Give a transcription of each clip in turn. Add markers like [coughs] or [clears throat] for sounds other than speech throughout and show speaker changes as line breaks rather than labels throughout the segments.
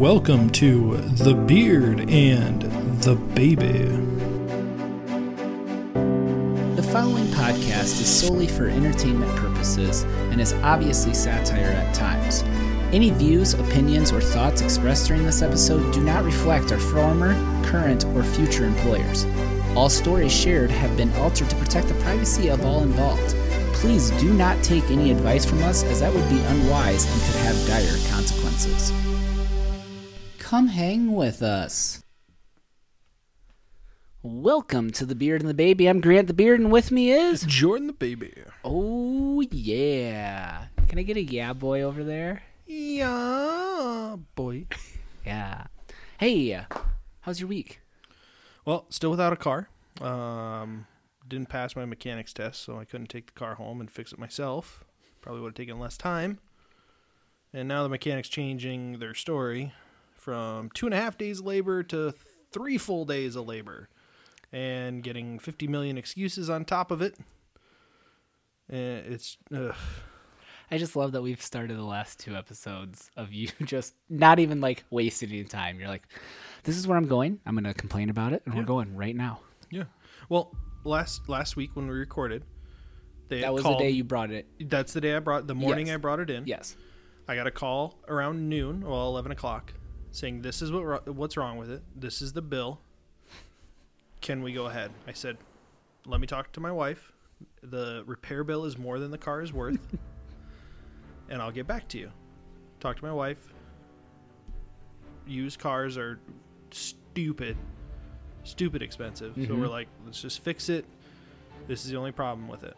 Welcome to The Beard and the Baby.
The following podcast is solely for entertainment purposes and is obviously satire at times. Any views, opinions, or thoughts expressed during this episode do not reflect our former, current, or future employers. All stories shared have been altered to protect the privacy of all involved. Please do not take any advice from us as that would be unwise and could have dire consequences. Come hang with us. Welcome to the Beard and the Baby. I'm Grant the Beard, and with me is
Jordan the Baby.
Oh yeah! Can I get a yeah boy over there?
Yeah, boy.
Yeah. Hey, how's your week?
Well, still without a car. Um, didn't pass my mechanics test, so I couldn't take the car home and fix it myself. Probably would have taken less time. And now the mechanic's changing their story from two and a half days of labor to three full days of labor, and getting 50 million excuses on top of it. Eh, It's ugh.
I just love that we've started the last two episodes of you [laughs] just not even like wasting any time. You're like, this is where I'm going. I'm gonna complain about it, and we're going right now.
yeah. Well, last last week when we recorded, they
That was
called,
the day you brought it.
That's the day I brought the morning
Yes.
I brought it in.
Yes.
I got a call around noon, well, eleven o'clock, saying this is what ro- what's wrong with it. This is the bill. Can we go ahead? I said, let me talk to my wife. The repair bill is more than the car is worth, and I'll get back to you. Talk to my wife. Used cars are stupid, stupid expensive. So we're like, let's just fix it. This is the only problem with it.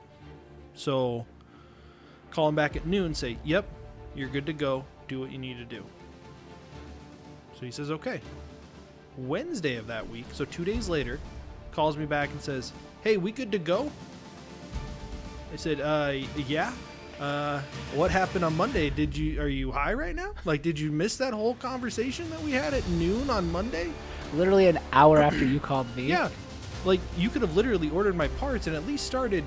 So call him back at noon say yep you're good to go do what you need to do so he says okay wednesday of that week so two days later calls me back and says hey we good to go i said uh y- yeah uh what happened on monday did you are you high right now like did you miss that whole conversation that we had at noon on monday
Literally an
[clears throat]
hour after you called me.
yeah like you could have literally ordered my parts and at least started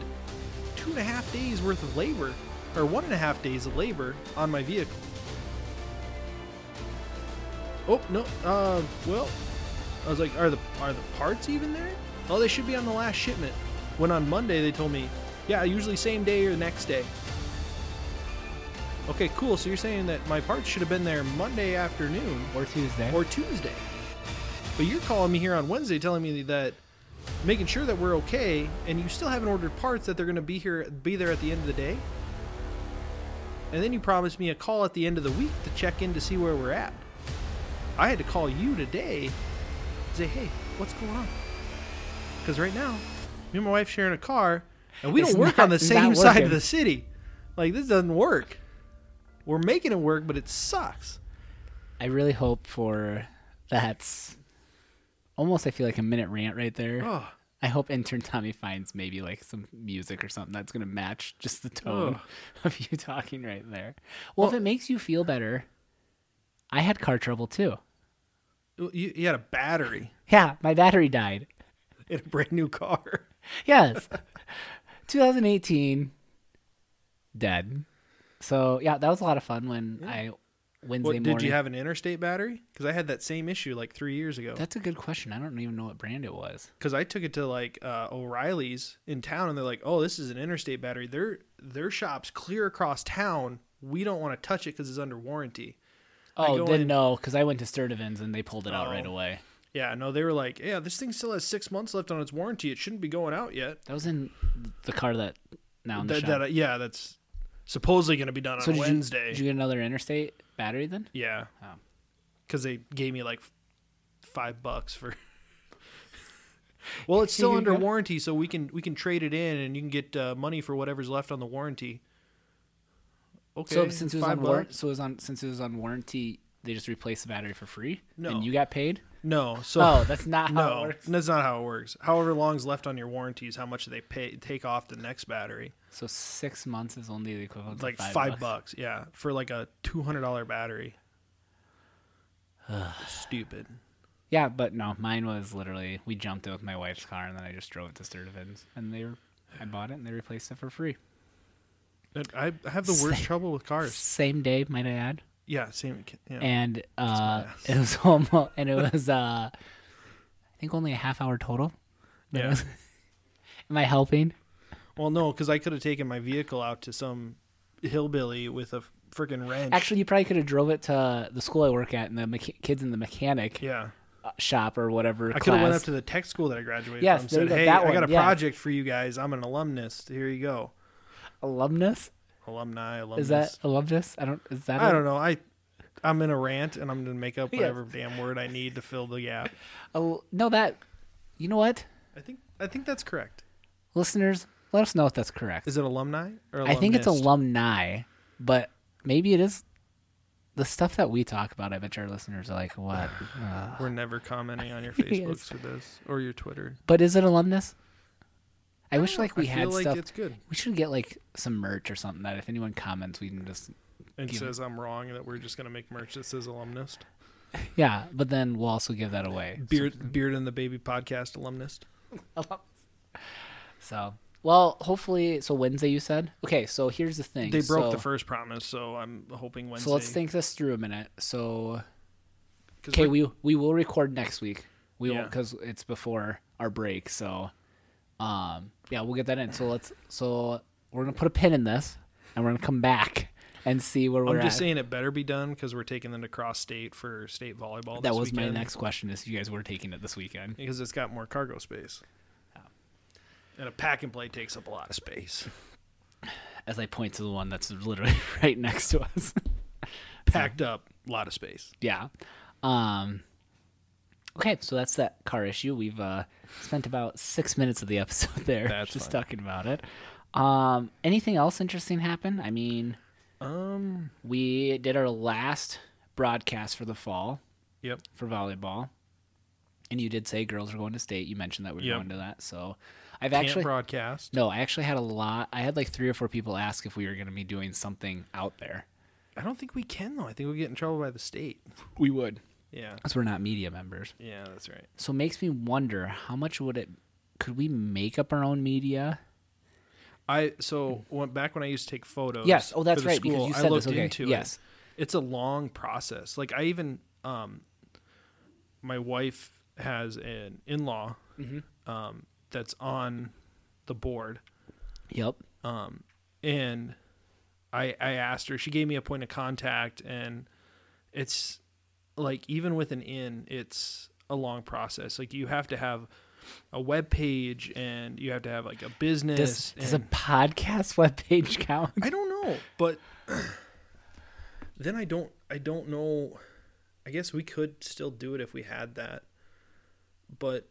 two and a half days worth of labor or one and a half days of labor on my vehicle oh no uh well i was like are the are the parts even there oh they should be on the last shipment when on monday they told me yeah usually same day or the next day okay cool so you're saying that my parts should have been there monday afternoon
Or Tuesday.
or Tuesday. But you're calling me here on Wednesday telling me that making sure that we're okay and you still haven't ordered parts that they're going to be here be there at the end of the day. And then you promised me a call at the end of the week to check in to see where we're at. I had to call you today to say, "Hey, what's going on?" Cuz right now, me and my wife sharing a car and we
It's
don't
[laughs]
work
not-
on the
not
same side
working.
of the city. Like this doesn't work. We're making it work, but it sucks.
I really hope for that's almost. I feel like a minute rant right there.
Oh.
I hope intern Tommy finds maybe like some music or something that's gonna match just the tone
Ugh.
[laughs] of you talking right there. Well, if it makes you feel better, I had car trouble too.
You, you had a battery [laughs]
Yeah, [laughs] my battery died.
in a brand new car. [laughs]
Yes, 2018, dead. So yeah, that was a lot of fun when I Wednesday
What,
morning.
did you have an interstate battery? Because I had that same issue like three years ago.
That's a good question. I don't even know what brand it was.
Because I took it to like uh, O'Reilly's in town, and they're like, "Oh, this is an interstate battery. Their their shops clear across town. We don't want to touch it because it's under warranty." I
Oh,
go
didn't
in-
know because I went to Sturdivant's and they pulled it out right
Oh.
away.
Yeah, no, they were like, "Yeah, this thing still has six months left on its warranty. It shouldn't be going out yet."
That was in the car that now in the
That,
shop.
that yeah, that's supposedly going to be done
so
on
did
Wednesday.
You, did you get another interstate battery then?
Yeah.
Oh.
Because they gave me like f- five
[laughs]
bucks for. well, it's still
You
under
got-
warranty, so we can we can trade it in, and you can get uh, money for whatever's left on the warranty. Okay.
so since it was
five
on war-
bucks?
so it was on since it was on warranty, they just replaced the battery for free.
No.
and you got paid.
No. So. [laughs]
Oh, that's not how it
no,
works.
that's not how it works. However long's left on your warranty is how much they pay take off the next battery.
So six months is only the equivalent
It's like
to
five,
five, bucks.
bucks, yeah, for like a two hundred
[sighs]
dollar battery. Stupid.
Yeah, but no, mine was literally we jumped it with my wife's car and then I just drove it to Sturdivant's and they were, I bought it and they replaced it for free.
I I have the worst trouble with cars.
Same day, might I add.
yeah, same. Yeah.
and uh, [laughs] it was almost and it was uh, I think only a half hour total. But it
Yeah. [laughs]
was- Am I helping?
well, no, because I could have taken my vehicle out to some hillbilly with a freaking wrench.
Actually, you probably could have drove it to the school I work at and the mecha- kids in the mechanic
yeah,
uh, shop or whatever.
I could have went
class.
up to the tech school that I graduated
Yes,
from.
there you
Said,
go,
hey,
that
I
one,
got a
yeah.
project for you guys. I'm an alumnus. Here you go,
alumnus.
alumni, alumnus.
Is that alumnus? I don't. Is that?
I don't know. I I'm in a rant and I'm gonna make up
Yes.
whatever damn word I need to fill the gap.
Oh no, that. You know what,
I think I think that's correct.
listeners, let us know if that's correct.
Is it alumni or
I think it's
alumnist?
alumni, but maybe it is the stuff that we talk about. I bet your listeners are like,
[sighs]
"What?" Uh,
We're never commenting on your
[laughs] Yes.
Facebooks for this or your Twitter.
but is it alumnus? I wish like we
Uh, I
had
feel like
stuff.
it's good.
We should get like some merch or something that if anyone comments, we can just
And
Give it-
says I'm wrong and that we're just gonna make merch that says alumnus.
yeah. But then we'll also give that away.
Beard Beard and the Baby podcast alumnus.
So well, hopefully, so Wednesday you said okay. So here's the thing.
They broke
so,
the first promise, so I'm hoping Wednesday.
So let's think this through a minute. So
'cause
Okay,
we're-
we we will record next week. We will
Yeah.
because it's before our break. So, um, yeah, we'll get that in. So let's. So we're gonna put a pin in this, and we're gonna come back and see where we're
I'm just
at.
saying it better be done because we're taking them to cross state for state volleyball.
that
this
was
weekend.
my next question: Is you guys were taking it this weekend?
because it's got more cargo space. And a pack and play takes up a lot
[laughs]
of space.
As I point to the one that's literally [laughs] right next to us.
Packed up, a lot of space.
yeah. Um. Okay, so that's that car issue. We've uh, spent about six minutes of the [laughs] episode there
That's
just
fine.
talking about it. Um, anything else interesting happen? I mean.
Um.
We did our last broadcast for the fall
Yep.
for volleyball. And you did say girls are going to state. You mentioned that we were
Yep.
going to that. So I've
Can't
actually
broadcast.
No, I actually had a lot I had like three or four people ask if we were gonna be doing something out there.
I don't think we can though. I think we get in trouble by the state.
We would.
Yeah.
Because we're not media members.
Yeah, that's right.
So it makes me wonder how much would it could we make up our own media?
I so went back when I used to take photos.
Yes. Oh, that's
for the
right, because
school,
you
I
said this.
looked
Okay.
into
Yes.
it. It's a long process. Like I even um, my wife has an in-law
Mm-hmm.
um, that's on the board,
Yep.
and I I asked her. She gave me a point of contact, and it's like even with an in, it's a long process. Like you have to have a web page, and you have to have like a business.
Does, does a
and-
podcast [laughs] webpage
[laughs]
count?
I don't know, but [clears throat] then I don't I don't know. I guess we could still do it if we had that, but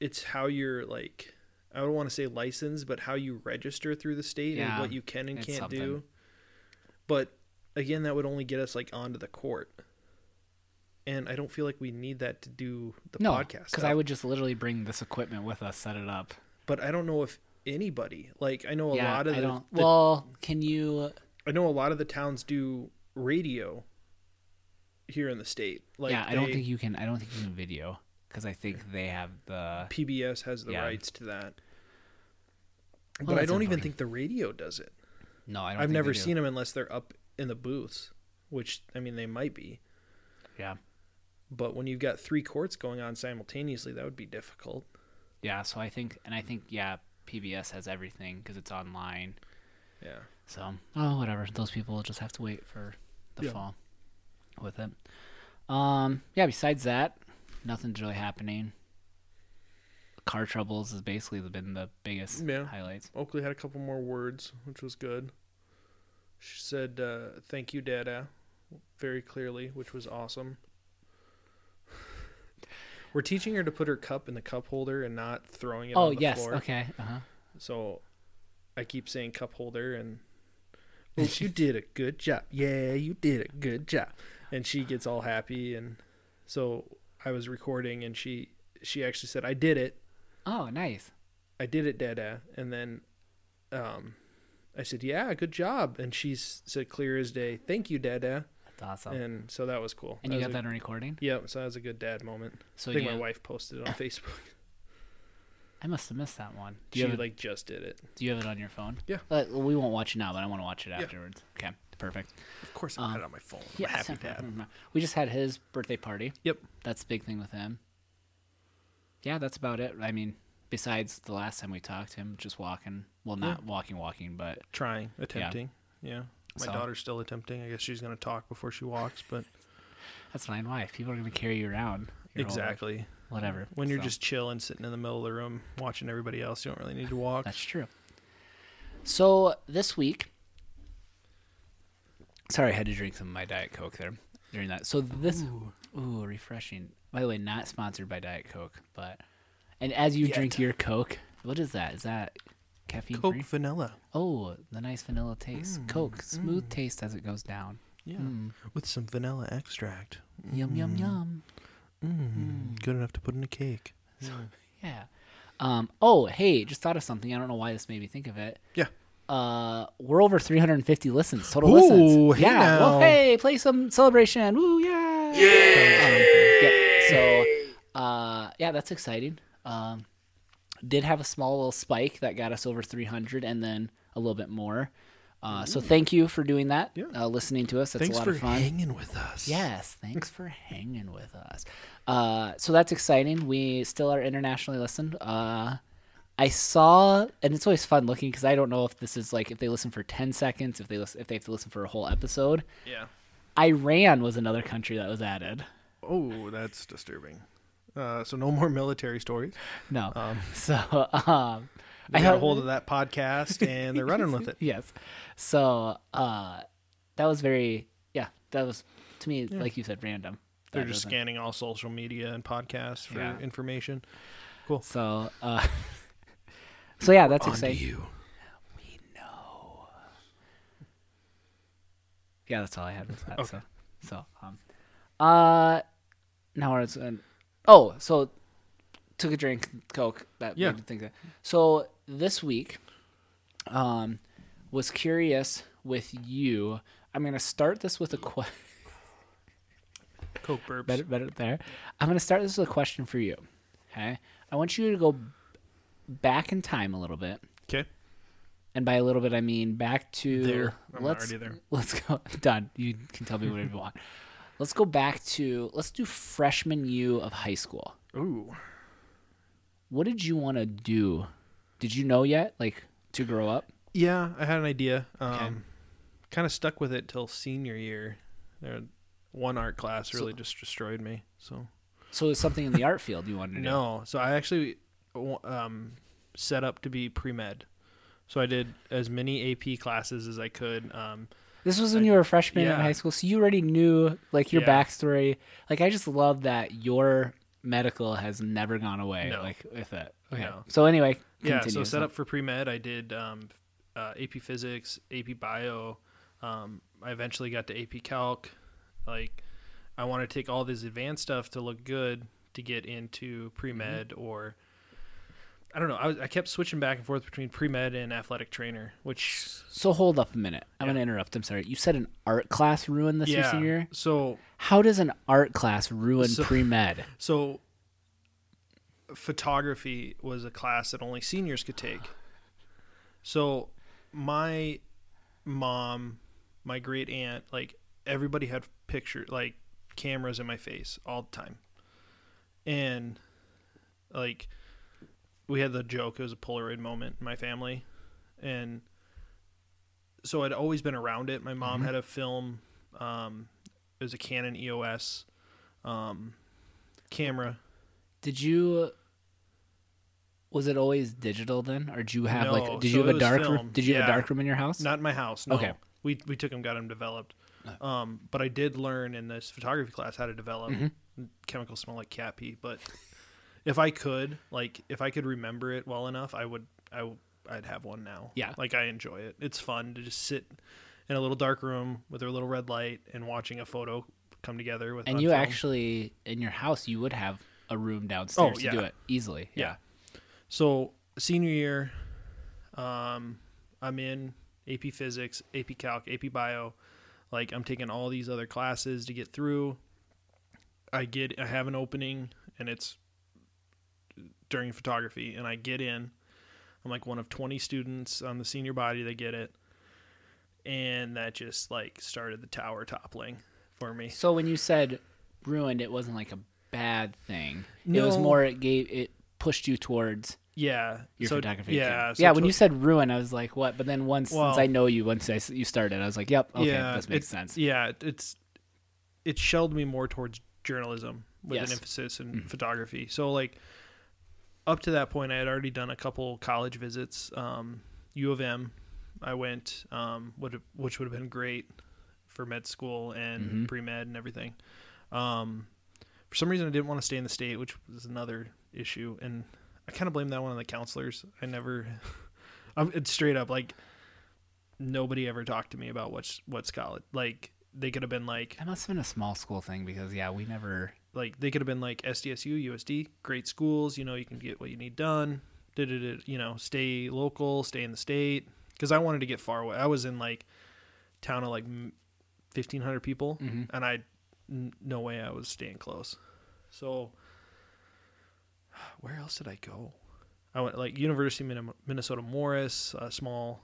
it's how you're like. I don't want to say license, but how you register through the state
Yeah,
and what you can and
it's
can't
something.
do. But again, that would only get us like onto the court, and I don't feel like we need that to do the podcast.
Because
stuff.
I would just literally bring this equipment with us, set it up.
but I don't know if anybody like I know a lot of
I
the,
don't.
the
well, can you?
I know a lot of the towns do radio here in the state. Like
yeah, I don't
they-
think you can. I don't think you can video because I think they have the.
PBS has the
Yeah.
rights to that.
Well,
but I
that's
don't even
unfortunate.
think the radio does it.
No, I don't.
I've
think
never
they do.
seen them unless they're up in the booths, which I mean they might be.
Yeah,
But when you've got three courts going on simultaneously, that would be difficult.
yeah. So I think, and I think, yeah, PBS has everything because it's online.
Yeah.
So oh, whatever. Those people will just have to wait for the
Yeah.
fall with it. Um. Yeah. Besides that, nothing's really happening. Car troubles has basically been the biggest
Yeah.
highlights.
Oakley had a couple more words, which was good. She said, uh, "Thank you, Dada," very clearly, which was awesome. [sighs] We're teaching her to put her cup in the cup holder and not throwing it
Oh
on the
yes.
floor.
Okay. Uh huh.
So I keep saying cup holder and oh, you did a good job. Yeah, you did a good job. And she gets all happy and so I was recording and she she actually said, "I did it."
Oh, nice.
I did it, Dada. And then um, I said, Yeah, good job. And she s- said, Clear as day, thank you, Dada.
That's awesome.
And so that was cool.
Oh. And you
was
got
a-
that on recording?
Yep, so that was a good dad moment.
So
I think
you,
my wife posted it
[coughs]
on Facebook.
I must have missed that one. Do
she
you, have it,
like just did it.
do you have it on your phone?
Yeah.
Uh, well, we won't watch it now, but I want to watch it
Yeah.
afterwards. Okay. perfect.
Of course,
Um,
I had it on my phone. I'm a happy dad.
[laughs] We just had his birthday party.
Yep.
That's the big thing with him. Yeah, that's about it. I mean, besides the last time we talked, him just walking. Well, not walking, walking, but
Trying, attempting. Yeah. My
So-
daughter's still attempting. I guess she's going to talk before she walks,
[laughs]
but
that's fine. Why? People are going to carry you around. your whole life.
exactly.
Whatever.
When you're
So,
just chilling, sitting in the middle of the room, watching everybody else, you don't really need to walk.
That's true. So this week. Sorry, I had to drink some of my Diet Coke there during that. So this. Ooh, refreshing. By the way, not sponsored by Diet Coke, but. And as you drink your Coke, what is that? Is that caffeine
Coke
free?
vanilla.
Oh, the nice vanilla taste. Coke, smooth taste as it goes down.
Mm, Yeah.
Mm.
Mm-hmm. With some vanilla extract.
Yum, yum, yum.
Mm-hmm. Good enough to put in a cake.
Yeah. Um, oh, hey, just thought of something. I don't know why this made me think of it.
Yeah.
Uh, we're over 350 listens, total
Ooh,
listens.
hey
yeah. Well,
now.
hey, play some celebration. Woo, yeah. Um, Yeah. So, uh, yeah, that's exciting. Um, did have a small little spike that got us over 300 and then a little bit more. Uh, so thank you for doing that.
Yeah.
Uh, listening to us. That's
Thanks
a lot
for
of fun.
hanging with us.
Yes, thanks for hanging with us. Uh, so that's exciting. We still are internationally listened. Uh, I saw, and it's always fun looking because I don't know if this is like if they listen for ten seconds, if they listen, if they have to listen for a whole episode.
Yeah.
Iran was another country that was added.
Oh, that's disturbing. Uh, so no more military stories.
No, [laughs] so um,
They
I
got a
hope-
hold of that [laughs] podcast and they're running with it.
Yes, so uh, that was very yeah. That was to me, like you said, random.
They're
That
just
doesn't-
scanning all social media and podcasts for
Yeah.
information.
So, uh, [laughs] so yeah, that's exciting.
you.
yeah, that's all I had with that.
Okay.
So, so um, uh, now it's an, oh, so took a drink, Coke. That
Yeah.
made me think that. So this week, um, was curious with you. I'm gonna start this with a question.
Coke burps.
Better, better there. I'm gonna start this with a question for you. Okay, I want you to go back in time a little bit,
Okay.
and by a little bit I mean back to
There. I'm
let's
already there.
let's go [laughs] done. You can tell me whatever you want. Let's go back to let's do freshman year of high school.
Ooh.
What did you want to do? Did you know yet, like to grow up?
Yeah, I had an idea. Um, Kind of stuck with it till senior year. There, one art class really just destroyed me. So
So it's something in the art field you
[laughs]
wanted to do.
no, so I actually um, set up to be pre med. So I did as many AP classes as I could. Um,
This was when you were a freshman in
yeah.
high school, so you already knew like your
Yeah.
backstory. Like I just love that your medical has never gone away.
No.
Like with it. Okay.
No.
So anyway,
yeah, so
continue.
set up for pre med. I did um, uh, AP Physics, AP Bio. Um, I eventually got to AP Calc. Like, I want to take all this advanced stuff to look good to get into pre med
Mm-hmm.
or. I don't know. I, was, I kept switching back and forth between pre med and athletic trainer, which
So hold up a minute. I'm gonna interrupt. I'm sorry. You said an art class ruined this your
yeah.
senior year.
So
How does an art class ruin pre
[laughs]
med?
So photography was a class that only seniors could take. So my mom, my great aunt, like everybody had picture like cameras in my face all the time. And like we had the joke it was a Polaroid moment in my family. And so I'd always been around it. My mom had a film um it was a Canon EOS um camera.
Did you? Was it always digital then, or did you have
No,
like? Did
so
you
it
have a
was
dark room?
film.
Did you have a
Yeah.
dark room in your house?
Not in my house. No.
Okay.
We we took them, got them developed. Um, but I did learn in this photography class how to develop
Mm-hmm.
chemicals smell like cat pee. But if I could, like, if I could remember it well enough, I would. I w- I'd have one now.
Yeah.
Like I enjoy it. It's fun to just sit in a little dark room with a little red light and watching a photo come together with.
and
on
you
film.
actually in your house you would have a room downstairs
Oh, yeah.
to do it easily.
Yeah. So senior year, um, I'm in AP Physics, AP Calc, AP Bio. Like I'm taking all these other classes to get through. I get I have an opening and it's during photography and I get in. I'm like one of 20 students on the senior body that get it. and that just like started the tower toppling for me.
So when you said ruined, it wasn't like a bad thing. It was
No.
more it gave it pushed you towards
Yeah,
your
so,
photography.
Yeah,
thing.
so
yeah. When
to-
you said ruin, I was like, what? But then once since
Well-
I know you, once I s you started, I was like, yep, okay,
yeah,
this makes
it-
sense.
Yeah, it- it's it shelled me more towards journalism with
Yes. Mm-hmm.
an emphasis in photography. So like up to that point, I had already done a couple college visits. Um, U of M, I went, um, would which would have been great for med school and
Mm-hmm.
pre med and everything. Um, for some reason, I didn't want to stay in the state, which was another issue, and I kind of blame that one on the counselors. I never, [laughs] I'm it's straight up like nobody ever talked to me about what's what's college. Like they could have been like
That must have been a small school thing because yeah, we never.
like they could have been like SDSU, USD, great schools. You know, you can get what you need done. Did it, you know, stay local, stay in the state. Because I wanted to get far away. I was in like town of like m- 1,500 people, and I n- no way I was staying close. So [sighs] where else did I go? I went like University of Minne- Minnesota Morris, a small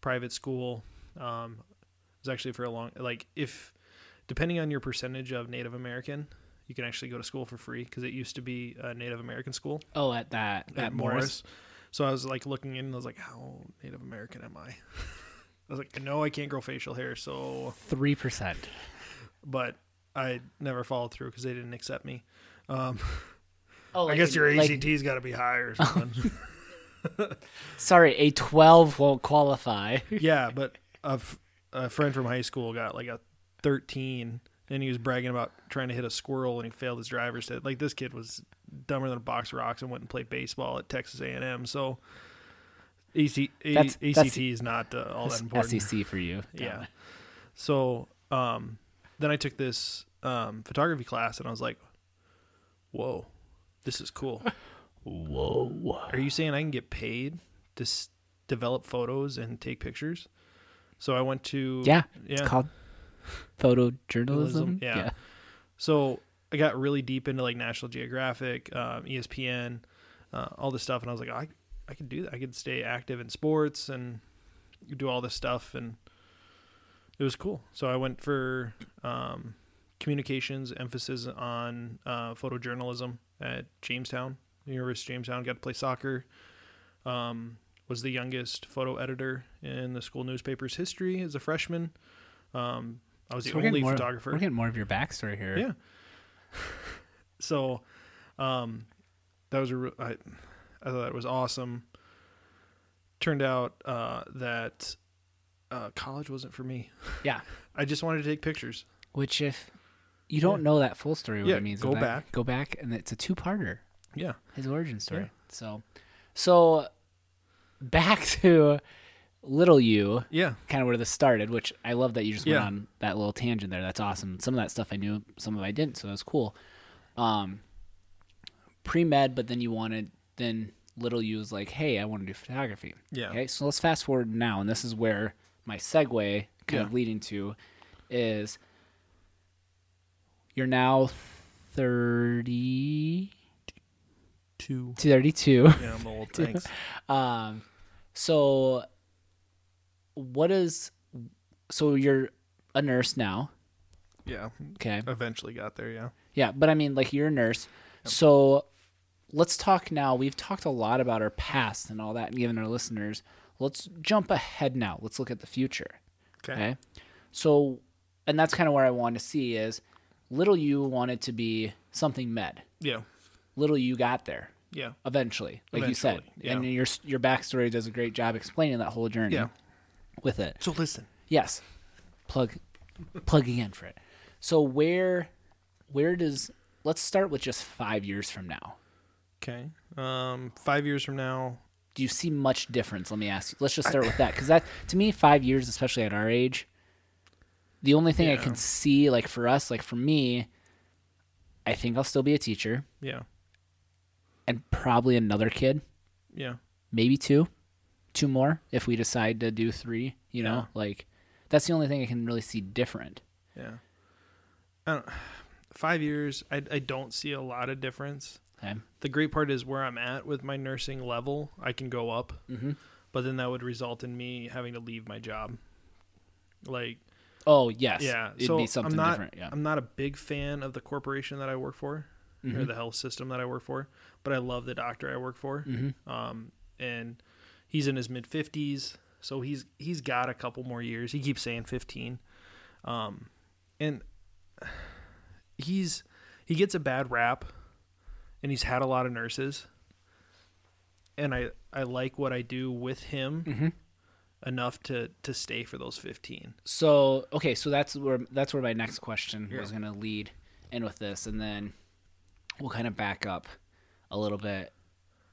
private school. Um, it was actually for a long like if depending on your percentage of Native American, you can actually go to school for free because it used to be a Native American school
Oh, at that at, Morris.
So I was like looking in, and I was like, how Native American am I? [laughs] I was like, no, I can't grow facial hair, so
three percent.
but I never followed through because they didn't accept me. Um,
Oh,
I guess your ACT's got to be high or something.
sorry, a twelve won't qualify.
[laughs] yeah, but a, f- a friend from high school got like a 13 and he was bragging about trying to hit a squirrel and he failed his driver's test. Like this kid was dumber than a box of rocks and went and played baseball at Texas A&M. So E AC, A-
That's- E
ACT
that's-
is not uh,
[laughs]
all that important.
SEC for you.
Yeah. So um, then I took this um, photography class and I was like, whoa, this is cool.
Whoa.
Are you saying I can get paid to s- develop photos and take pictures? So I went to
Yeah. It's
yeah.
called photojournalism.
Journalism, yeah. So I got really deep into like National Geographic, um, ESPN, uh, all this stuff, and I was like, I I could do that. I could stay active in sports and do all this stuff, and it was cool. So I went for um, communications, emphasis on uh, photojournalism at Jamestown University of Jamestown. Got to play soccer. Um, was the youngest photo editor in the school newspaper's history as a freshman. Um, I was
So
the
we're getting
only
more-
photographer.
We're getting more of your backstory here.
Yeah. so, um, that was a re- I, I thought it was awesome. Turned out uh, that uh, college wasn't for me.
Yeah.
I just wanted to take pictures.
Which if you don't know that full story, what
Yeah,
it means.
go
and that-
back.
Go back, and it's a two-parter.
Yeah.
His origin story.
Yeah.
So, so back [laughs] to little you,
Yeah.
kind of where this started. Which I love that you just went
Yeah.
on that little tangent there. That's awesome. Some of that stuff I knew, some of I didn't, so that's cool. Um, pre med, but then you wanted then little you was like, hey, I want to do photography.
Yeah.
Okay, so let's fast forward now, and this is where my segue kind of
Yeah.
leading to is you're now 30
Two.
32
Yeah, I'm old. Thanks.
um so what is so you're a nurse now
yeah.
okay
Eventually got there. Yeah.
yeah but i mean like you're a nurse so let's talk now we've talked a lot about our past and all that and given our listeners let's jump ahead now let's look at the future okay, so and that's kind of where i want to see is little you wanted to be something med
Yeah.
little you got there
Yeah.
eventually, like you
Eventually,
said.
yeah.
And your your backstory does a great job explaining that whole journey
Yeah.
with it.
So listen.
Yes, plug plug again for it. So where where does let's start with just five years from now.
Okay. Um, five years from now.
Do you see much difference? Let me ask you. Let's just start with that because that to me five years, especially at our age, the only thing I
Yeah.
can see like for us, like for me, I think I'll still be a teacher
Yeah.
and probably another kid.
Yeah.
maybe two, two more if we decide to do three. You know,
Yeah.
like that's the only thing I can really see different.
Yeah. I don't, five years. I I don't see a lot of difference.
Okay.
the great part is where I'm at with my nursing level, I can go up,
Mhm.
but then that would result in me having to leave my job Like,
Oh yes,
yeah.
It'd
so
be something
I'm not,
different. Yeah,
I'm not a big fan of the corporation that I work for
Mm-hmm.
or the health system that I work for, but I love the doctor I work for.
Mm-hmm.
Um, and he's in his mid 50s, so he's he's got a couple more years. He keeps saying 15. Um, and he's he gets a bad rap and he's had a lot of nurses. And I I like what I do with him.
Mm-hmm.
Enough to to stay for those fifteen.
so okay, so that's where that's where my next question
Yeah.
was going to lead in with this, and then we'll kind of back up a little bit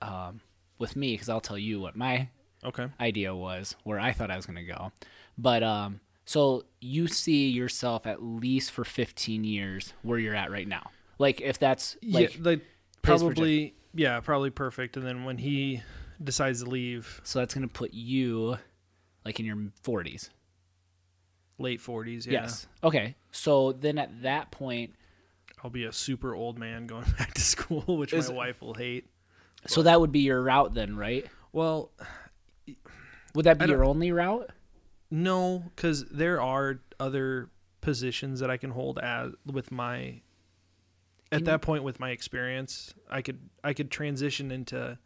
um, with me because I'll tell you what my
Okay.
idea was where I thought I was going to go. But um, so you see yourself at least for 15 years where you're at right now. Like if that's like
yeah, like probably yeah, probably perfect. And then when he decides to leave,
so that's going to put you like in your 40s.
late forties, yeah,
Yes. Okay. So then at that point
I'll be a super old man [laughs] going back to school, [laughs] which my wife will hate.
so that would be your route then, right?
Well,
Would that be
don't-
your only route?
no, because there are other positions that I can hold as with my. At that point, with my experience, I could I could transition into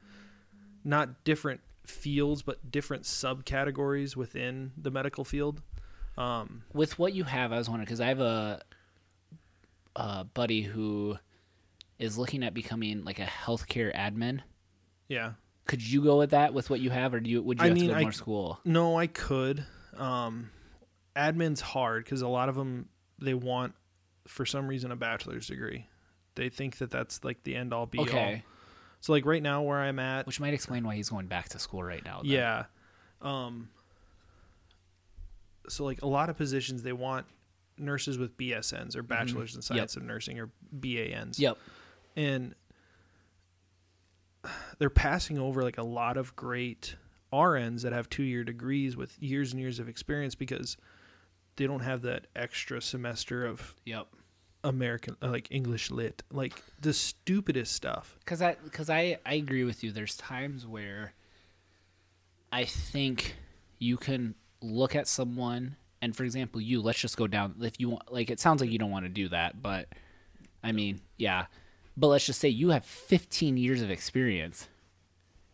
not different fields, but different subcategories within the medical field.
with what you have, I was wondering because I have a, a buddy who is looking at becoming like a healthcare admin.
Yeah,
Could you go with that with what you have, or do you would you
I
have
mean,
to go to
I-
more school?
No, I could. Um, admin's hard because a lot of them they want, for some reason, a bachelor's degree. They think that that's like the end all be
Okay,
all. So like right now where I'm at,
which might explain why he's going back to school right now. then.
yeah. Um, so like a lot of positions they want nurses with BSNs
Mm-hmm.
or bachelors in science of nursing or BANs
Yep.
and they're passing over like a lot of great RNs that have two year degrees with years and years of experience because they don't have that extra semester of
Yep.
American uh, like English lit like the stupidest stuff.
Because I because I I agree with you. There's times where I think you can look at someone and, for example, you. Let's just go down. If you want, like, it sounds like you don't want to do that, but I mean, yeah. But let's just say you have 15 years of experience.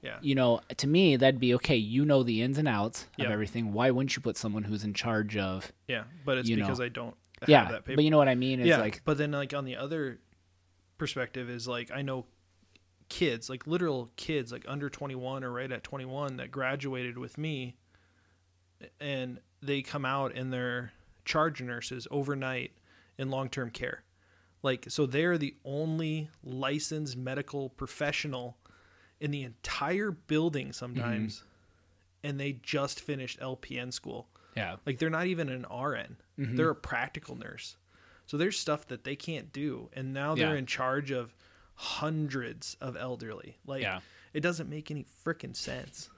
Yeah.
You know, to me, that'd be okay. You know the ins and outs
Yep.
of everything. Why wouldn't you put someone who's in charge of?
Yeah, but it's
You
because
know.
I don't have
Yeah,
that paper.
but you know what I mean. It's
yeah,
like
but then like on the other perspective is like I know kids, like literal kids, like under 21 or right at 21 that graduated with me, and they come out and they're charge nurses overnight in long term care. Like so, they're the only licensed medical professional in the entire building sometimes,
Mm-hmm.
and they just finished LPN school.
yeah,
Like they're not even an RN.
Mm-hmm.
They're a practical nurse. So there's stuff that they can't do and now they're
Yeah.
in charge of hundreds of elderly. Like
Yeah.
it doesn't make any freaking sense.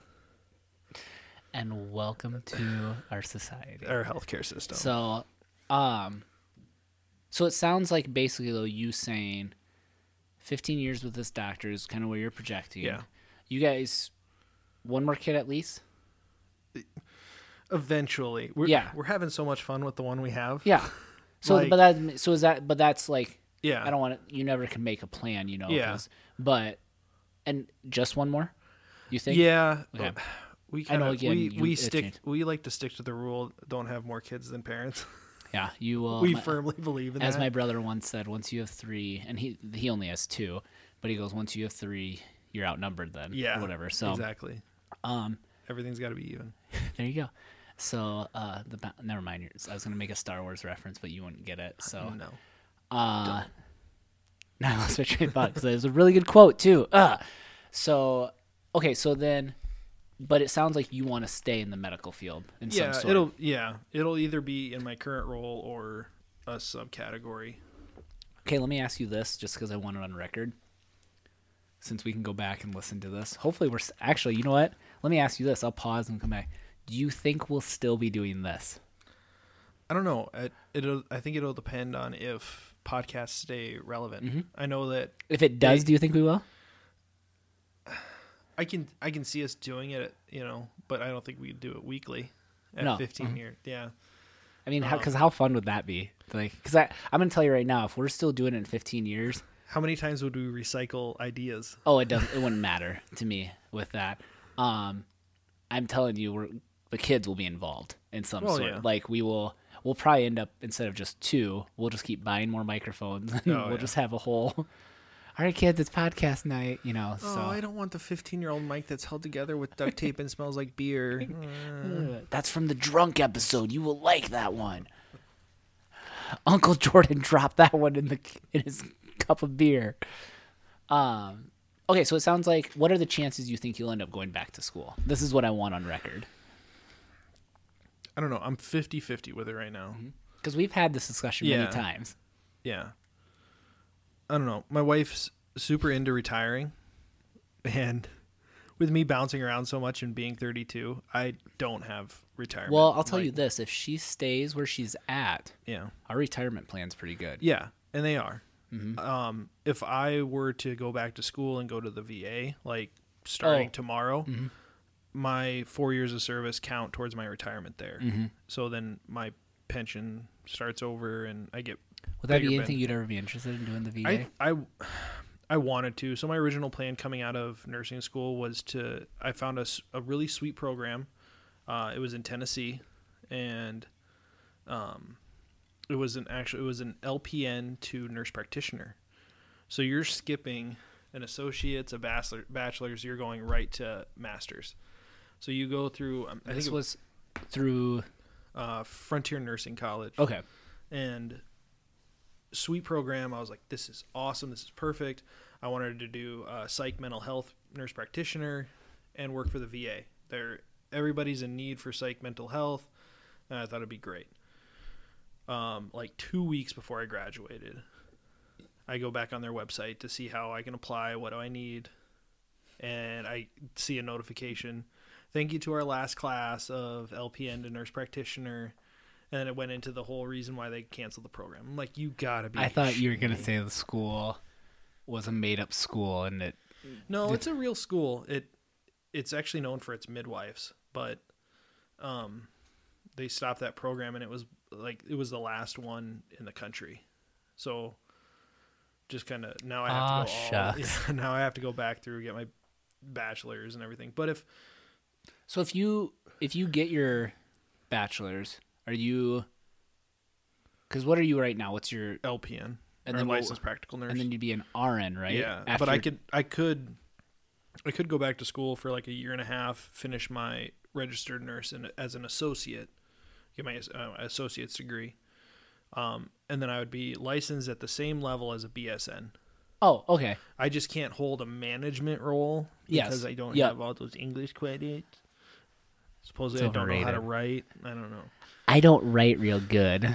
and welcome to our society.
Our healthcare system.
So, um, so it sounds like basically though you saying, fifteen years with this doctor is kind of where you're projecting.
Yeah.
You guys, one more kid at least.
Eventually, we're
Yeah.
we're having so much fun with the one we have.
Yeah. So,
Like-
but that, so is that, but that's like,
Yeah.
I don't want to. You never can make a plan, you know.
Yeah.
'cause- But, and just one more. You think?
Yeah.
Okay.
We
I
kind
know,
of
again,
we,
you-
we
it
stick
changed.
we like to stick to the rule don't have more kids than parents. [laughs]
Yeah. You. Uh,
we
my-
firmly believe in
as
that.
my brother once said, once you have three, and he he only has two, but he goes, once you have three, you're outnumbered then. or
yeah.
Whatever. So.
Exactly.
Um.
Everything's got to be even.
There you go. So uh, the ba- never mind. yours. I was gonna make a Star Wars reference, but you wouldn't get it. So
No.
uh, [laughs] now I lost my train of thought because it was a really good quote too. Uh, so okay, so then, but it sounds like you want to stay in the medical field in
yeah,
some sort.
it'll yeah, it'll either be in my current role or a subcategory.
Okay, let me ask you this, just because I want it on record, since we can go back and listen to this. Hopefully, we're s- actually. You know what? Let me ask you this. I'll pause and come back. Do you think we'll still be doing this?
I don't know. I, it'll I think it'll depend on if podcasts stay relevant. I know that
If it does,
They-
do you think we will?
I can I can see us doing it, you know, but I don't think we do it weekly at
No.
15 year. Yeah.
I mean,
Uh-huh.
because how, fun would that be? Like, because I'm gonna tell you right now, if we're still doing it in 15 years,
How many times would we recycle ideas?
oh, it doesn't. It wouldn't matter to me with that. Um, I'm telling you, we're the kids will be involved in some
Well,
sort.
Oh, yeah.
Like, we will. We'll probably end up instead of just two, we'll just keep buying more microphones. [laughs] And
Oh,
we'll
yeah.
just have a whole. All right, kids, it's podcast night. You know,
Oh,
so
I don't want the 15 year old mic that's held together with [laughs] duct tape and smells like beer.
Uh, That's from the drunk episode. You will like that one. Uncle [laughs] Jordan dropped that one in the in his cup of beer. Um okay, so it sounds like what are the chances you think you'll end up going back to school? This is what I want on record.
I don't know. I'm 50 50 with it right now.
Cuz we've had this discussion
Yeah.
many times.
Yeah. I don't know. My wife's super into retiring. And with me bouncing around so much and being 32, I don't have retirement.
Well, I'll tell
like-
you this, if she stays where she's at,
Yeah.
our retirement plan's pretty good.
Yeah. And they are.
Mm-hmm.
Um, if I were to go back to school and go to the VA, like starting
Oh.
tomorrow, my four years of service count towards my retirement there.
Mm-hmm.
So then my pension starts over and I get
Would that be
bigger
anything you'd ever be interested in doing the VA?
I, I I wanted to. So my original plan coming out of nursing school was to. I found a, s- a really sweet program. Uh, it was in Tennessee, and um, it was an actual. It was an LPN to nurse practitioner. So you're skipping an associate's, a bachelor, bachelor's. You're going right to master's. So you go through. um, I
this
think it was
was through
uh, Frontier Nursing College
Okay.
and sweet program. I was like, this is awesome. This is perfect. I wanted to do uh, psych mental health nurse practitioner and work for the VA. There, everybody's in need for psych mental health, and I thought it'd be great. Um, like two weeks before I graduated, I go back on their website to see how I can apply. What do I need? And I see a notification. Thank you to our last class of LPN to nurse practitioner. And then it went into the whole reason why they canceled the program. I'm like, you gotta be.
I thought you were going to say the school was a made up school and it
No, it's a real school. It it's actually known for its midwives, but um they stopped that program and it was like it was the last one in the country. So just kind of now I
Aw,
have to go all,
Ah, shucks.
yeah, [laughs] now I have to go back through get my bachelor's and everything. But if
So if you if you get your bachelor's, are you? Because what are you right now? What's your
LPN
And
and or
then what-
licensed practical nurse,
and then you'd be an RN, right?
Yeah,
After
but I
your-
could I could I could go back to school for like a year and a half, finish my registered nurse and as an associate, get my uh, associate's degree, um, and then I would be licensed at the same level as a BSN.
Oh, okay.
I just can't hold a management role
Yes.
because I don't
Yeah.
have all those English credits. Supposedly,
It's
I don't know how to
overrated.
write. I don't know,
I don't write real good.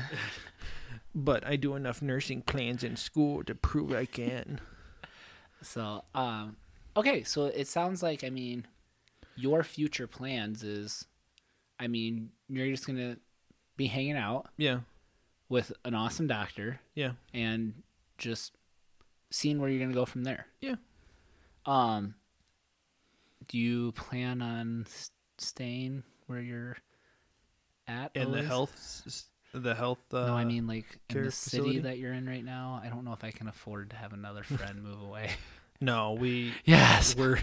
but I do enough nursing plans in school to prove
[laughs]
I can.
[laughs] So, um, okay. So it sounds like I mean, your future plans is, I mean, you're just gonna be hanging out
yeah,
with an awesome doctor
yeah,
and just seeing where you're gonna go from there.
yeah.
Um, do you plan on s- staying where you're at?
And the
always?
health, s- s- the health. Uh,
No, I mean like in
care
the
facility?
city that you're in right now. I don't know if I can afford to have
[laughs]
another friend move away.
No, we
[laughs] Yes.
we're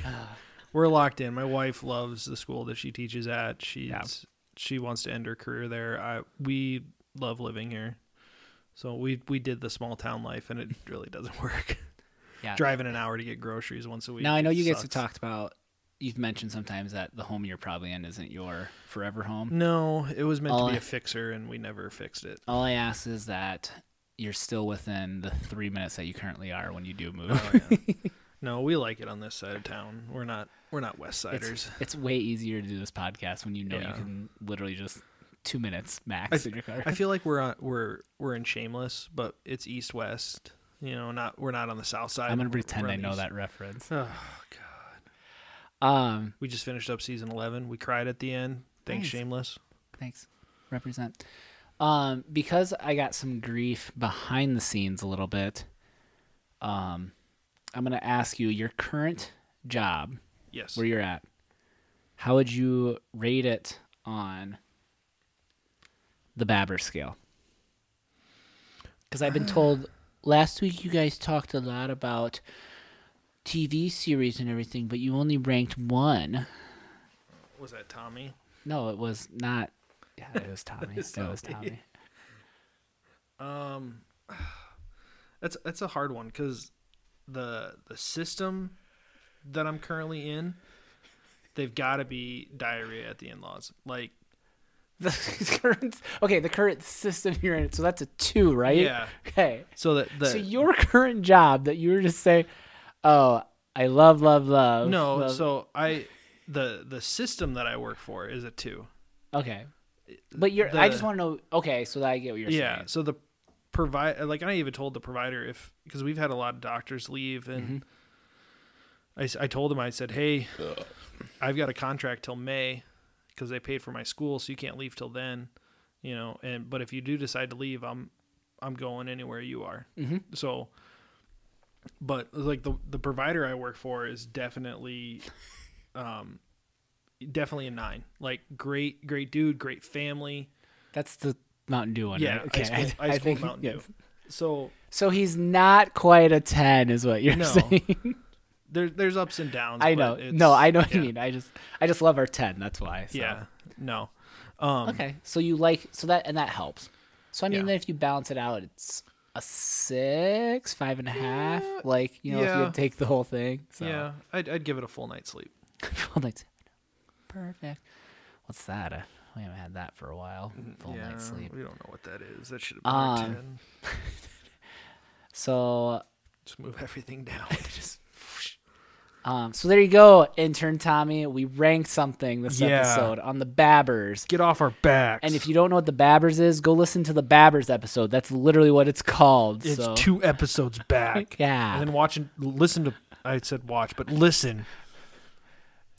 we're locked in. My wife loves the school that she teaches at. She's she wants to end her career there. I we love living here. So we we did the small town life and it really doesn't [laughs] work.
Yeah.
Driving an hour to get groceries once a week.
Now I know
it
you guys have
sucks.
talked about. You've mentioned sometimes that the home you're probably in isn't your forever
Mm.
home.
No, it was meant
All
to be
I-
a fixer and we never fixed it.
All I ask is that you're still within the three minutes that you currently are when you
Oh,
do move.
No, we like it on this side of town. We're not we're not west siders.
it's, it's
[laughs]
way easier to do this podcast when you know you
Yeah.
can literally just two minutes max
I,
in your car.
I feel like we're on, we're we're in Shameless, but it's east west. You know, not we're not on the south side.
I'm gonna
We're- we're
pretend
on
I
the
know
east.
that reference.
Oh,
Um,
We just finished up season 11. We cried at the end. Thanks,
Nice.
Shameless.
thanks, represent. Um, because I got some grief behind the scenes a little bit. Um, I'm gonna ask you your current job,
Yes.
where you're at. How would you rate it on the Babber scale? Because I've been
[sighs]
told last week you guys talked a lot about TV series and everything, but you only ranked one.
Was that Tommy?
No, it was not. Yeah, it was Tommy.
[laughs]
Still, it was Tommy. [laughs]
That's that's a hard one because the the system that I'm currently in, they've got to be diarrhea at the in-laws. Like
The current okay, the current system you're in. So that's a two, right?
Yeah.
Okay.
so that the
So your current job that you were just saying, oh, I love, love, love.
no.
love-
So I the the system that I work for is a two.
okay. But you're. I
the-
just want to know. Okay, so that I get what you're
yeah
saying.
so the provide like i even told the provider if because we've had a lot of doctors leave and
Mm-hmm.
I, s- I told him i said hey i've got a contract till may because they paid for my school so you can't leave till then you know and but if you do decide to leave i'm i'm going anywhere you are
Mm-hmm.
so but like the the provider i work for is definitely um definitely a nine like great great dude great family
That's the Mountain Dew one.
yeah,
right? Okay.
ice cold,
I
ice cold
think-
Mountain Dew.
yes.
So
So he's not quite a ten, is what [laughs] you're [laughs]
No,
saying.
there, there's ups and downs.
I know.
but
No,
it's-
I know what
yeah,
you mean. I just, I just love our ten. That's why. so.
Yeah, no,
Okay. So you like so that and that helps. So I mean,
Yeah.
then if you balance it out, it's a six, five and a half. Like you know, if
yeah.
you take the whole thing. So. [laughs]
yeah, I'd, I'd give it a full night's sleep.
Full night's perfect. What's that? Uh, we haven't had that for a while. Full
Mm-hmm. yeah,
night's sleep.
we don't know what that is. That should have been our
Um,
ten.
So
Just move
[laughs]
everything down.
just um, so there you go, intern Tommy. We ranked something this
Yeah.
episode on the Babbers.
Get off our backs.
And if you don't know what the Babbers is, go listen to the Babbers episode. That's literally what it's called.
it's
so.
two episodes back.
[laughs] Yeah.
and then watch and listen to. I said watch, but listen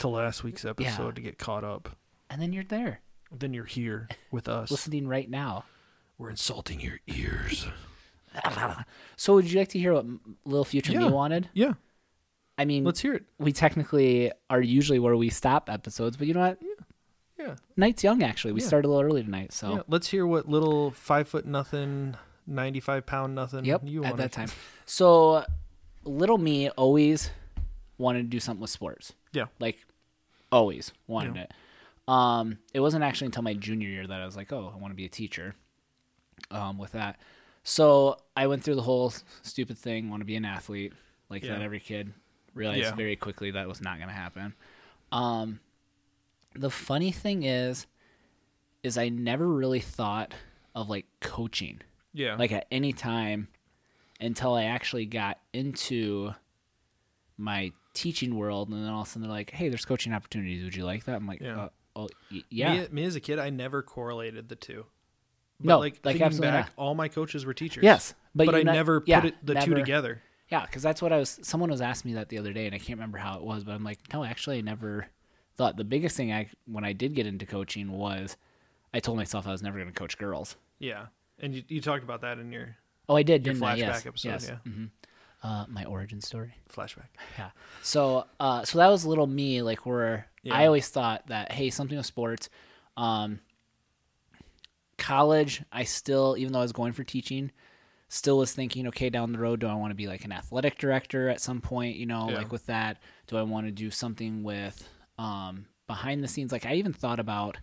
to last week's episode to get caught up.
and then you're there
Then you're here with us.
listening right now.
We're insulting your ears.
So would you like to hear what M- Little Future Me
Yeah.
wanted?
Yeah,
I mean,
let's hear it.
we technically are usually where we stop episodes, but you know what?
Yeah.
Night's young actually. We
Yeah.
started a little early tonight, so
Yeah, let's hear what little five foot nothing, ninety five pound nothing.
yep. uh,
you
at
wanna-
that time, so little me always wanted to do something with sports.
Yeah,
Like always wanted it. Um, it wasn't actually until my junior year that I was like, oh, I want to be a teacher. Um, with that, so I went through the whole s- stupid thing. Want to be an athlete, like
Yeah.
that every kid. Realized
Yeah.
very quickly that was not going to happen. Um, the funny thing is, is I never really thought of like coaching
yeah,
like at any time until I actually got into my teaching world, and then all of a sudden they're like, "Hey, there's coaching opportunities. Would you like that?" I'm like,
Yeah.
uh, "Oh, y-
Me-
yeah,
Me, as a kid, I never correlated the two. But
No,
like,
like,
thinking
absolutely
back,
not.
all my coaches were teachers.
Yes, but
but,
you
I
ne-
never put
yeah,
it, the two
never-
together.
yeah," because that's what I was. Someone was asking me that the other day, and I can't remember how it was, but I'm like, "No, actually, I never thought." The biggest thing I when I did get into coaching was I told myself I was never going to coach girls.
Yeah, and you, you talked about that in your
Oh, I did,
your
didn't I?
flashback
Yes,
episode.
yes.
Yeah,
Uh, my origin story.
flashback.
Yeah. So uh so that was little me like where I
Yeah.
always thought that hey something with sports um college I still even though I was going for teaching still was thinking okay down the road do I want to be like an athletic director at some point you know
Yeah.
like with that do I want to do something with um behind the scenes like I even thought about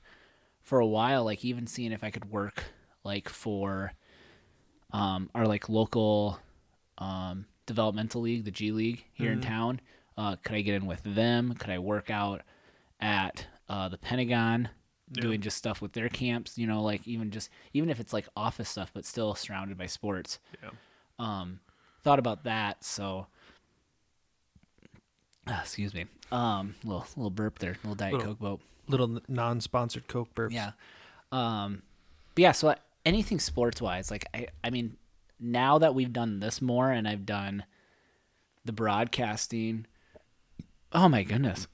for a while like even seeing if I could work like for um, our like local um, developmental league, the G League here in
Mm-hmm.
town. Uh, could I get in with them? Could I work out at uh, the Pentagon, doing just stuff with their camps? You know, like even just even if it's like office stuff, but still surrounded by sports.
Yeah.
Um, thought about that. So, [sighs] Ah, excuse me. Um, little little burp there, little diet
Little-
coke boat.
Little non-sponsored Coke burps.
Yeah. Um, but yeah, so I- anything sports wise, like I, I mean, now that we've done this more and I've done the broadcasting, oh my goodness.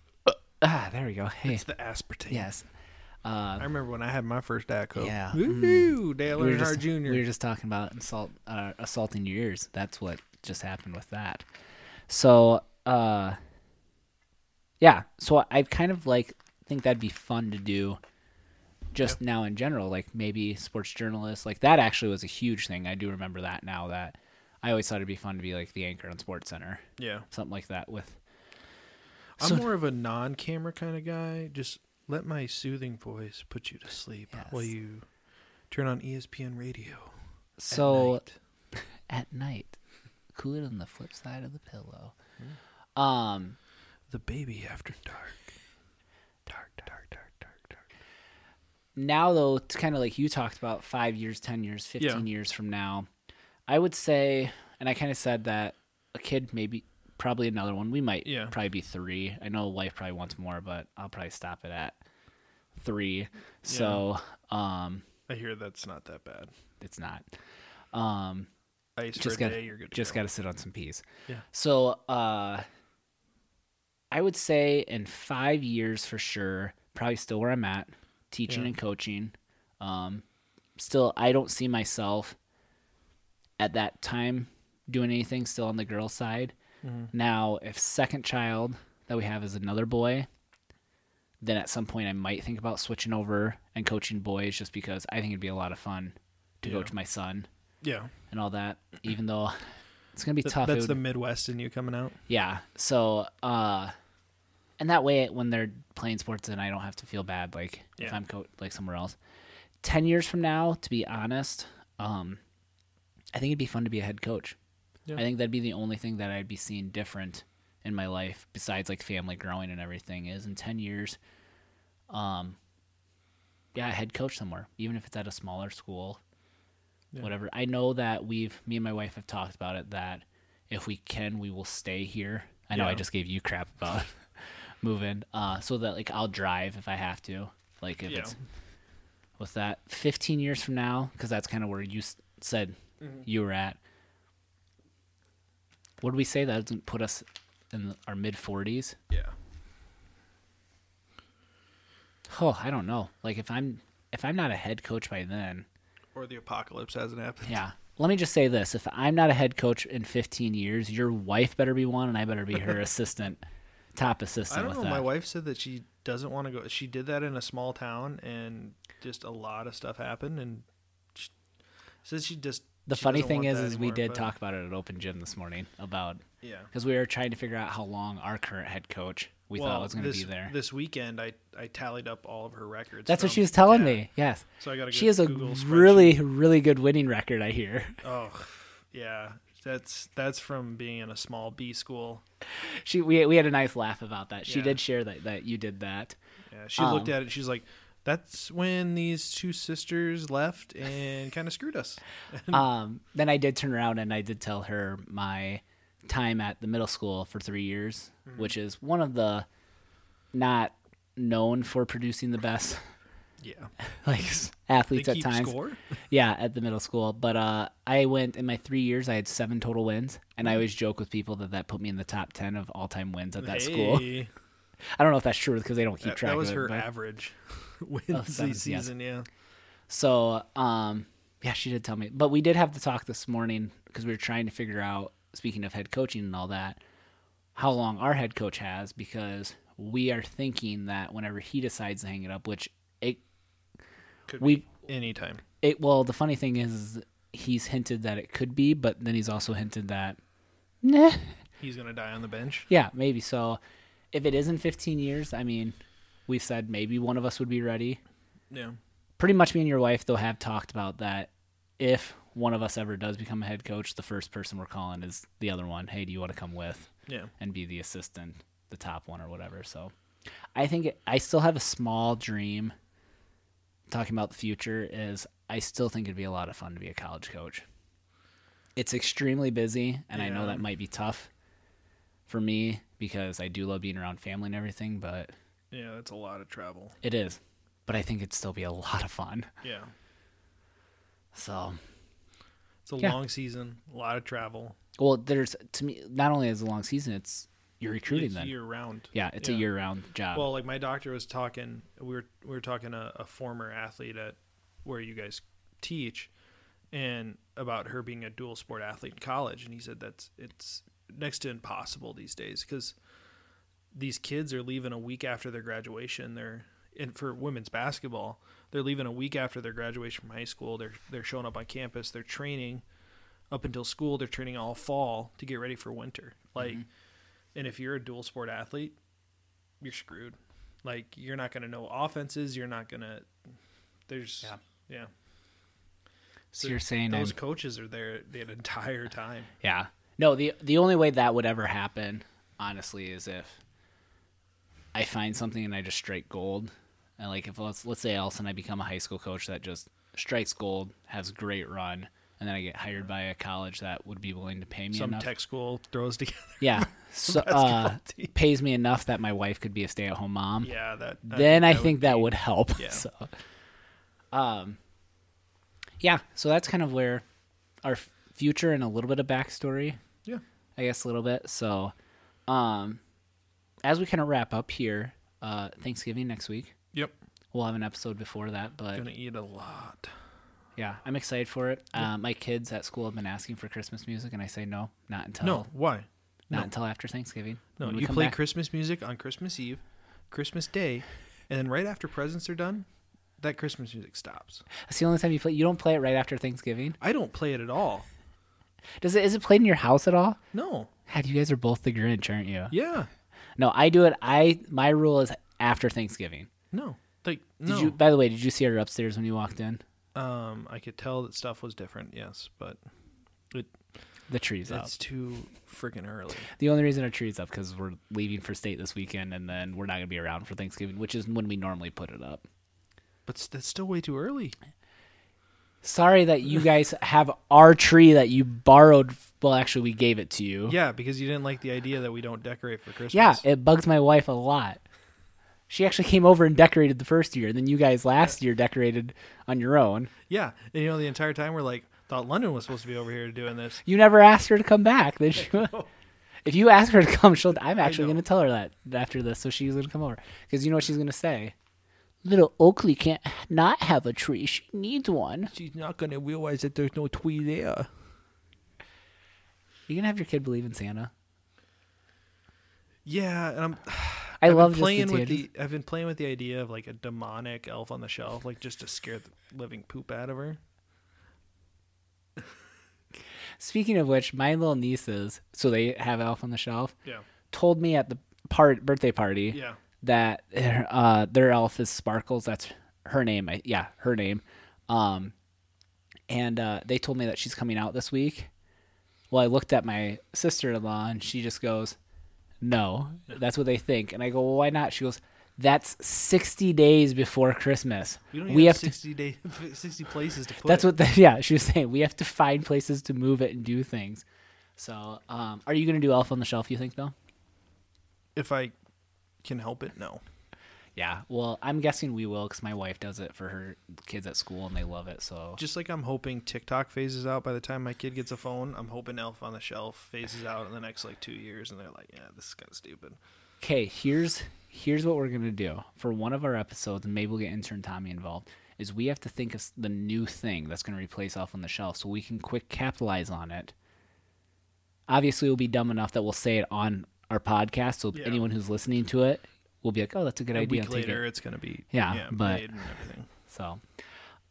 Ah, there we go. Hey,
it's the aspartame.
yes.
I remember when I had my first Diet Coke.
Yeah. Mm.
woohoo, Dale
We were,
Earnhardt
just,
Jr.
we were just talking about insult, uh, assaulting your ears. That's what just happened with that. So, uh, yeah. So I kind of like think that'd be fun to do just now in general, like maybe sports journalists, like that actually was a huge thing. I do remember that now that I always thought it'd be fun to be like the anchor on Sports Center,
Yeah.
something like that with
I'm
So-
more of a non-camera kind of guy. Just let my soothing voice put you to sleep
Yes.
while you turn on E ESPN radio. at
so
night.
at night. Cool it on the flip side of the pillow.
Hmm.
Um,
the baby after dark. Dark, dark, dark, dark, dark.
now though, it's kind of like you talked about five years, ten years, fifteen
Yeah.
years from now. I would say, and I kind of said that a kid maybe, probably another one. We might
Yeah.
probably be three. I know wife probably wants more, but I'll probably stop it at three. So um,
I hear that's not that bad.
it's not. Um,
Ice
just
for a
gotta
day, you're good. To
just
go.
gotta sit on some peas.
Yeah.
So uh I would say in five years for sure, probably still where I'm at, teaching
Yeah.
and coaching. Um still I don't see myself at that time doing anything still on the girl side.
Mm-hmm.
Now if second child that we have is another boy, then at some point I might think about switching over and coaching boys just because I think it'd be a lot of fun to
Yeah.
coach my son
Yeah,
and all that. Even though [laughs] it's gonna be
Th-
tough. it
that's
would-
the Midwest in you coming out.
yeah. So, uh, and that way, when they're playing sports, then I don't have to feel bad. Like if
Yeah.
I'm co- like somewhere else. Ten years from now, to be honest, um, I think it'd be fun to be a head coach.
Yeah.
I think that'd be the only thing that I'd be seeing different in my life, besides like family growing and everything, is in ten years. Um, yeah, head coach somewhere, even if it's at a smaller school
Yeah.
whatever. I know that we've me and my wife have talked about it that if we can, we will stay here. I know I
Yeah.
just gave you crap about [laughs] moving, uh, so that like I'll drive if I have to, like if
Yeah.
it's with that. Fifteen years from now, because that's kind of where you s- said
Mm-hmm.
you were at. What did we say? That doesn't put us in our mid forties.
Yeah,
Oh, I don't know. Like if I'm if I'm not a head coach by then,
or the apocalypse hasn't happened.
Yeah. Let me just say this: if I'm not a head coach in 15 years, your wife better be one, and I better be
[laughs]
her assistant, top assistant.
I don't
with
know.
that.
My wife said that she doesn't want to go. She did that in a small town, and just a lot of stuff happened. And she says she just.
The
she
funny
doesn't
thing
want
is,
that
is we
anymore,
did
but-
talk about it at open gym this morning about
Yeah.
because we were trying to figure out how long our current head coach we thought was going to
this,
be there.
This weekend, I I tallied up all of her records.
That's what
from-
she was telling
yeah.
me. Yes,
So I got a
she
good
has a
Google spreadsheet.
really, really good winning record. I hear.
Oh, yeah. That's that's from being in a small B school.
She we we had a nice laugh about that. She
Yeah.
did share that that you did
[laughs]
that.
Yeah, she
Um,
looked at it. She's like, "That's when these two sisters left and kind of screwed us."
um, then I did turn around and I did tell her my time at the middle school for three years,
Mm-hmm.
which is one of the not known for producing the best [laughs]
Yeah,
like s- athletes
they
at
keep
times.
score.
Yeah, at the middle school. But uh, I went in my three years, I had seven total wins,
Mm-hmm.
and I always joke with people that that put me in the top ten of all time wins at that school.
Hey,
[laughs] I don't know if that's true because they don't keep
That,
track
that was
of it.
her
but-
average [laughs] wins
seven,
the
yes.
season. Yeah,
So, um, yeah, she did tell me, but we did have the talk this morning because we were trying to figure out, speaking of head coaching and all that, how long our head coach has because we are thinking that whenever he decides to hang it up, which it
Could
we
anytime.
it well the funny thing is he's hinted that it could be, but then he's also hinted that nah,
He's gonna die on the bench.
yeah, maybe. So, if it is in 15 years, I mean, we said maybe one of us would be ready.
Yeah,
pretty much me and your wife though have talked about that if one of us ever does become a head coach the first person we're calling is the other one hey do you want to come with
yeah.
and be the assistant the top one or whatever so i think it, i still have a small dream talking about the future is i still think it'd be a lot of fun to be a college coach it's extremely busy and i know
Yeah.
that might be tough for me because i do love being around family and everything but
Yeah, that's a lot of travel.
it is but i think it'd still be a lot of fun
Yeah,
so
it's a
Yeah.
long season, a lot of travel.
Well, there's to me not only is it a long season, it's you're recruiting
It's
then.
year round.
yeah, it's a year round job.
Well, like my doctor was talking, we were we were talking a, a former athlete at where you guys teach, and about her being a dual sport athlete in college, and he said that's it's next to impossible these days because these kids are leaving a week after their graduation. They're and for women's basketball, they're leaving a week after their graduation from high school. They're they're showing up on campus. They're training up until school. They're training all fall to get ready for winter. Like, and if you're a dual sport athlete, you're screwed. Like you're not going to know offenses. You're not going to. There's yeah.
Yeah. So you're saying
those
I'm-
coaches are there the entire time.
Yeah. No, the the only way that would ever happen, honestly, is if I find something and I just strike gold. And like if let's let's say Elson I become a high school coach that just strikes gold, has great run, and then I get hired by a college that would be willing to pay me
Some
enough.
tech school throws [laughs] together.
yeah. So uh, pays me enough that my wife could be a stay at home mom.
Yeah, Uh, that.
then I
would
think that would help. [laughs]
yeah.
So, um, yeah. So that's kind of where our f- future and a little bit of backstory,
Yeah.
I guess, a little bit. So, um, as we kind of wrap up here, uh, Thanksgiving next week,
Yep.
we'll have an episode before that, but
Gonna eat a lot.
yeah, I'm excited for it. Uh, my kids at school have been asking for Christmas music, and I say no, not until
No, why?
not until after Thanksgiving.
No,
Um, When we
you
come
play
back-
Christmas music on Christmas Eve, Christmas Day, and then right after presents are done, that Christmas music stops.
That's the only time you play. You don't play it right after Thanksgiving.
I don't play it at all.
Does it? Is it played in your house at all?
No.
God, you guys are both the Grinch, aren't you?
Yeah.
No, I do it. I my rule is after Thanksgiving.
No. Like
Did
no.
you? By the way, did you see her upstairs when you walked in?
Um, I could tell that stuff was different. Yes, but it
The tree's up.
it's too freaking early.
The only reason our tree's up because we're leaving for state this weekend, and then we're not gonna be around for Thanksgiving, which is when we normally put it up.
But s- that's still way too early.
Sorry that you guys have our tree that you borrowed. Well, actually, we gave it to you.
Yeah, because you didn't like the idea that we don't decorate for Christmas.
Yeah, it bugs my wife a lot. She actually came over and decorated the first year, and then you guys last year decorated on your own.
Yeah, and you know the entire time we're like, thought London was supposed to be over here doing this.
You never asked her to come back. Then
[laughs]
she, [laughs] if you ask her to come, she'll. I'm actually
know.
going to tell her that after this, so she's going to come over because you know what she's going to say. Little Oakley can't not have a tree. She needs one.
She's not gonna realize that there's no tree there.
You can have your kid believe in Santa.
Yeah, and I'm
I
I've been
love just
playing
the
with
tangents.
the. I've been playing with the idea of like a demonic elf on the shelf, like just to scare the living poop out of her.
Speaking of which, my little nieces, so they have Elf on the Shelf,
Yeah,
told me at the part birthday party
yeah.
that their, uh, their elf is Sparkles. That's her name. I, yeah, her name. Um, and uh, they told me that she's coming out this week. Well, I looked at my sister in law and she just goes, No, that's what they think. And I go, Well, why not? She goes, That's 60 days before Christmas.
We
We,
don't even have,
have to.
sixty day, [laughs] sixty places to put.
That's
it.
what, the, [laughs] yeah, she was saying. We have to find places to move it and do things. So, um, are you going to do Elf on the Shelf, you think, though?
if I can help it. No,
Yeah, well, I'm guessing we will because my wife does it for her kids at school and they love it. So
just like I'm hoping TikTok phases out by the time my kid gets a phone. I'm hoping Elf on the Shelf phases out in the next like two years, and they're like, yeah, this is kind of stupid.
Okay, here's here's what we're gonna do for one of our episodes, and maybe we'll get intern Tommy involved. Is we have to think of s- the new thing that's gonna replace off on the shelf, so we can quick capitalize on it. Obviously, we'll be dumb enough that we'll say it on our podcast, so
Yeah.
anyone who's listening to it will be like, "Oh, that's a good
A
idea."
week
I'll take it."
later, it's gonna be
Yeah, but-
made and everything.
So,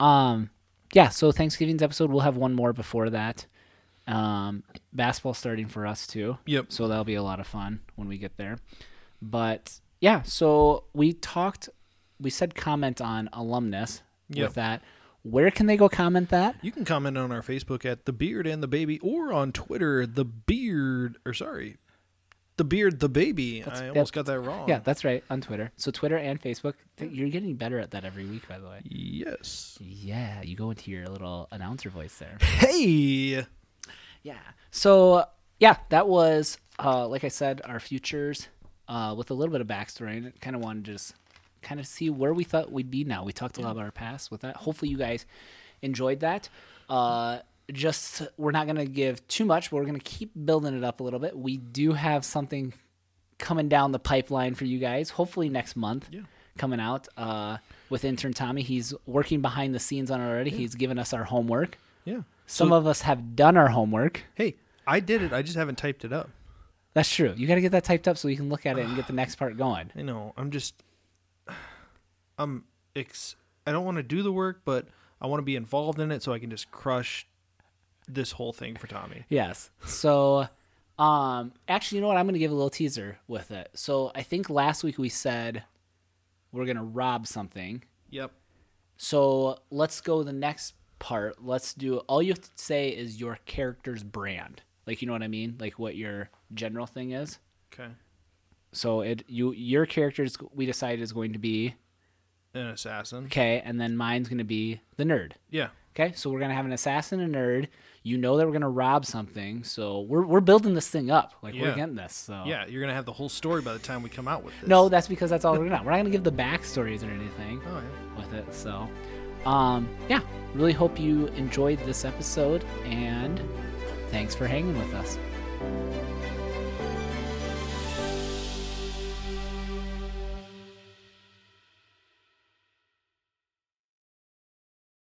um, yeah. So Thanksgiving's episode, we'll have one more before that. Um, basketball starting for us too.
Yep.
So that'll be a lot of fun when we get there. But yeah, so we talked, we said comment on alumnus
Yep.
with that. Where can they go comment that?
You can comment on our Facebook at the Beard and the Baby, or on Twitter the Beard, or sorry, the Beard the Baby. I almost got that wrong.
Yeah, that's right on Twitter. So Twitter and Facebook. Th- You're getting better at that every week, by the way.
Yes.
Yeah, you go into your little announcer voice there.
Hey.
Yeah. So yeah, that was uh, like I said, our futures uh, with a little bit of backstory, and kind of wanted to just kind of see where we thought we'd be now. We talked a lot about our past with that. Hopefully, you guys enjoyed that. Uh, just we're not gonna give too much, but we're gonna keep building it up a little bit. We do have something coming down the pipeline for you guys. Hopefully next month. Coming out uh, with intern Tommy. He's working behind the scenes on it already. He's given us our homework.
Yeah.
Some of us have done our homework.
Hey, I did it. I just haven't typed it up.
That's true. You got to get that typed up so you can look at it and get the next part going.
I know. I'm just. [sighs] I'm ex- I don't want to do the work, but I want to be involved in it so I can just crush this whole thing for Tommy.
Yes. So, um, actually, you know what? I'm going to give a little teaser with it. So, I think last week we said we're going to rob something.
Yep.
So, let's go the next part. Let's do all you have to say is your character's brand. Like, you know what I mean? Like what your general thing is.
Okay.
So, it you your character's we decided is going to be
An assassin.
okay, and then mine's going to be the nerd.
Yeah.
Okay, so we're gonna have an assassin and a nerd. You know that we're gonna rob something, so we're we're building this thing up. Like we're
Yeah.
getting this. So
Yeah, you're gonna have the whole story by the time we come out with this.
Oh. No, that's because that's all we're gonna. We're not gonna give the backstories or anything
Oh, yeah.
with it. So, um, yeah, really hope you enjoyed this episode, and thanks for hanging with us.